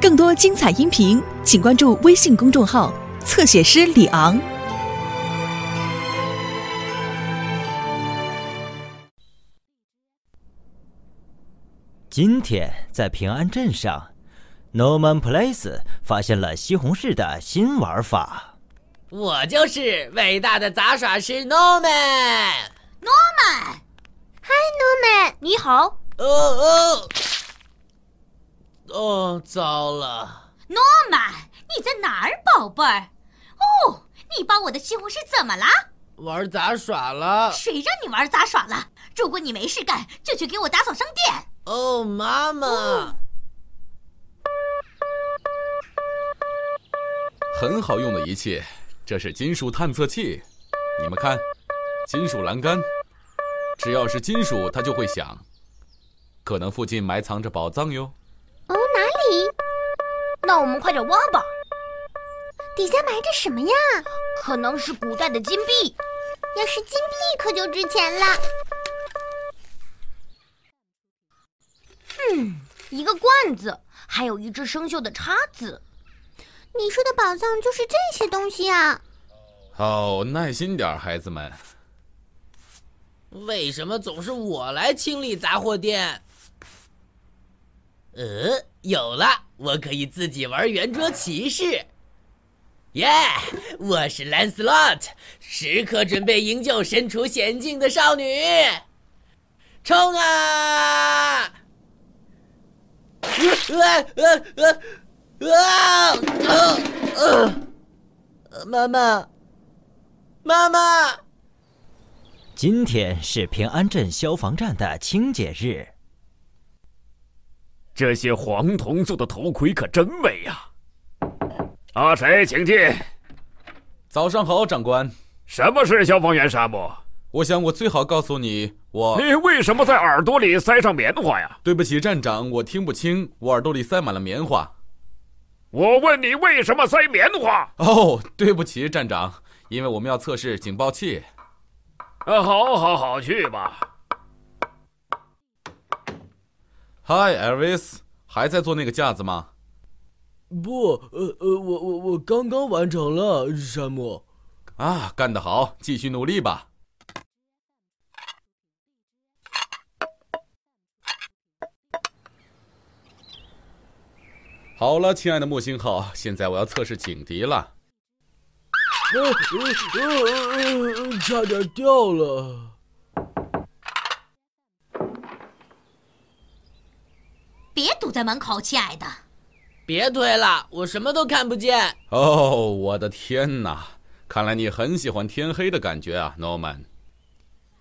更多精彩音频，请关注微信公众号“侧写师李昂”。今天在平安镇上，No Man Place 发现了西红柿的新玩法。我就是伟大的杂耍师 Norman。 Norman，嗨，Norman，你好。哦哦，哦，糟了！ ，Norman，你在哪儿，宝贝儿？哦，你把我的西红柿怎么了？玩杂耍了。谁让你玩杂耍了？如果你没事干，就去给我打扫商店。哦，妈妈，很好用的仪器，这是金属探测器。你们看，金属栏杆，只要是金属，它就会响，可能附近埋藏着宝藏哟。哦，哪里？那我们快点挖吧，底下埋着什么呀？可能是古代的金币。要是金币可就值钱了。嗯一个罐子，还有一只生锈的叉子。你说的宝藏就是这些东西啊？好，耐心点儿，孩子们。为什么总是我来清理杂货店？呃，有了，我可以自己玩圆桌骑士。耶、我是 Lancelot，时刻准备营救身处险境的少女。冲啊！呃呃呃呃呃呃呃！妈妈，妈妈。今天是平安镇消防站的清洁日。这些黄铜做的头盔可真美呀、阿谁，请进。早上好，长官。什么是消防员沙漠？我想我最好告诉你，我你为什么在耳朵里塞上棉花呀？对不起，站长，我听不清，我耳朵里塞满了棉花。我问你为什么塞棉花？哦，对不起，站长，因为我们要测试警报器。啊，好好好，去吧。 Hi, Elvis，还在做那个架子吗？不，呃呃，我我我刚刚完成了，山姆。啊，干得好，继续努力吧。好了，亲爱的木星号，现在我要测试警笛了。呃呃呃呃，差点掉了。别堵在门口，亲爱的。别推了，我什么都看不见。哦，我的天哪！看来你很喜欢天黑的感觉啊，Norman。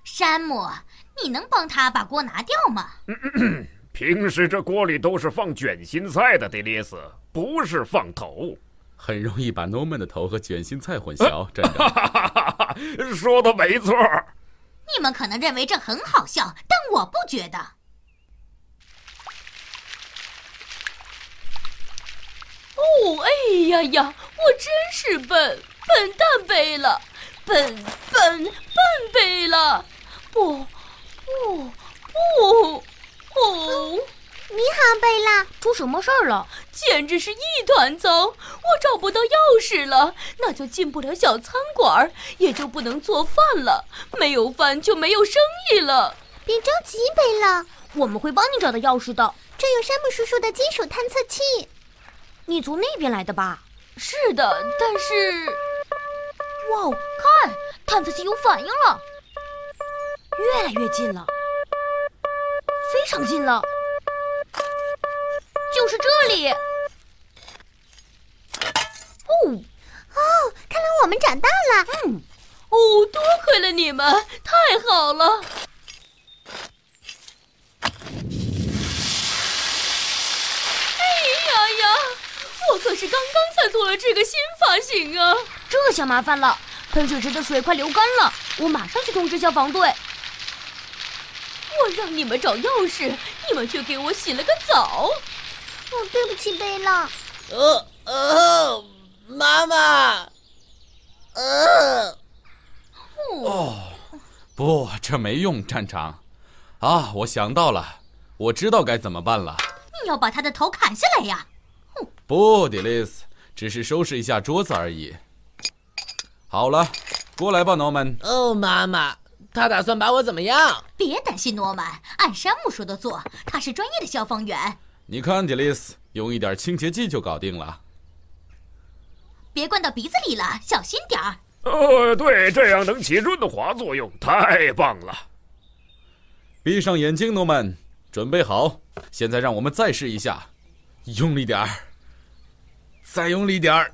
山姆，你能帮他把锅拿掉吗？平时这锅里都是放卷心菜的，迪丽斯，不是放头。 很容易把 Norman 的头和卷心菜混淆，站长。哈哈哈哈，说的没错。你们可能认为这很好笑，但我不觉得。哦，哎呀呀，我真是笨，笨蛋贝了，笨笨笨贝了，不不不不，你好，贝拉。出什么事儿了？简直是一团糟！我找不到钥匙了，那就进不了小餐馆，也就不能做饭了，没有饭就没有生意了。别着急，贝拉，我们会帮你找到钥匙的。这有山姆叔叔的金属探测器。你从那边来的吧？是的，但是，哇哦，看，探测器有反应了，越来越近了，非常近了，就是这里。哦哦，看来我们长大了。嗯，哦，多亏了你们，太好了！哎呀呀，我可是刚刚才做了这个新发型啊！这下麻烦了，喷水池的水快流干了，我马上去通知消防队。我让你们找钥匙，你们却给我洗了个澡。哦，对不起，贝拉。呃呃，妈妈。呃，不，这没用，站长。啊，我想到了，我知道该怎么办了。要把他的头砍下来呀！不迪丽斯，只是收拾一下桌子而已。好了，过来吧，诺曼。哦，妈妈，他打算把我怎么样？别担心，诺曼，按山姆说的做，他是专业的消防员。你看，迪丽斯，用一点清洁剂就搞定了。别灌到鼻子里了，小心点儿。哦，对，这样能起润滑作用，太棒了！闭上眼睛，诺曼，准备好。现在让我们再试一下，用力点儿，再用力点儿，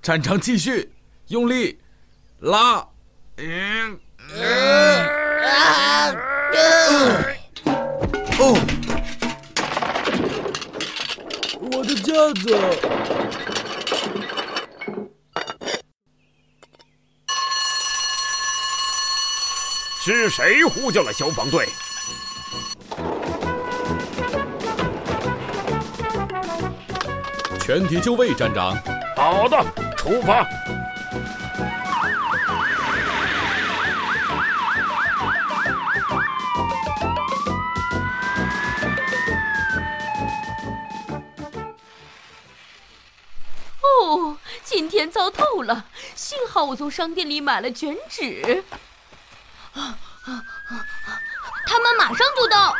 战场继续，用力拉，嗯，啊！哦，我的架子，是谁呼叫了消防队？全体就位，站长。好的，出发！哦，今天糟透了，幸好我从商店里买了卷纸。啊他们马上做到。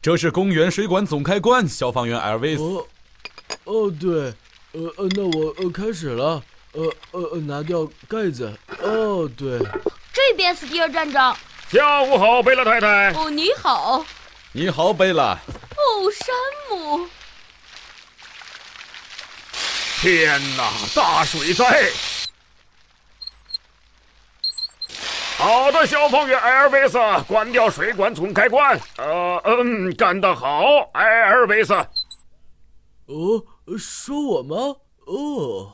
这是公园水管总开关，消防员艾尔维斯。哦，哦对，呃呃，那我呃开始了，呃呃呃，拿掉盖子。哦对，这边，斯蒂尔站长。下午好，贝拉太太。哦，你好，你好，贝拉。哦，山姆，天哪，大水灾！好的，消防员艾尔维斯，啊关掉水管总开关。呃，嗯，干得好，哎啊艾尔维斯。哦，呃说我吗？哦，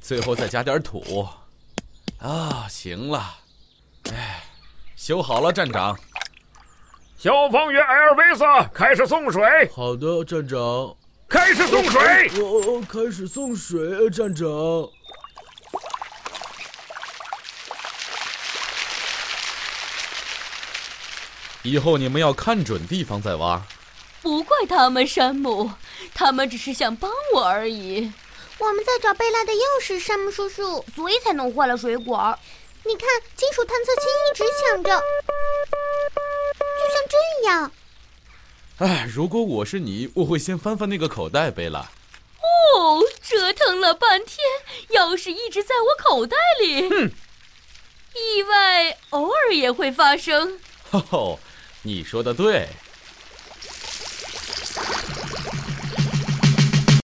最后再加点土。啊，行了，哎，修好了，站长。消防员艾尔维斯，啊开始送水，好的，站长。哦开始送水。哦哦，开始送水，呃站长。以后你们要看准地方再挖。不怪他们，山姆，他们只是想帮我而已。我们在找贝拉的钥匙，山姆叔叔。所以才弄坏了水管。你看，金属探测器一直响着，就像这样。哎，如果我是你，我会先翻翻那个口袋，贝拉。哦，折腾了半天，钥匙一直在我口袋里。意外偶尔也会发生。哦吼吼，你说的对。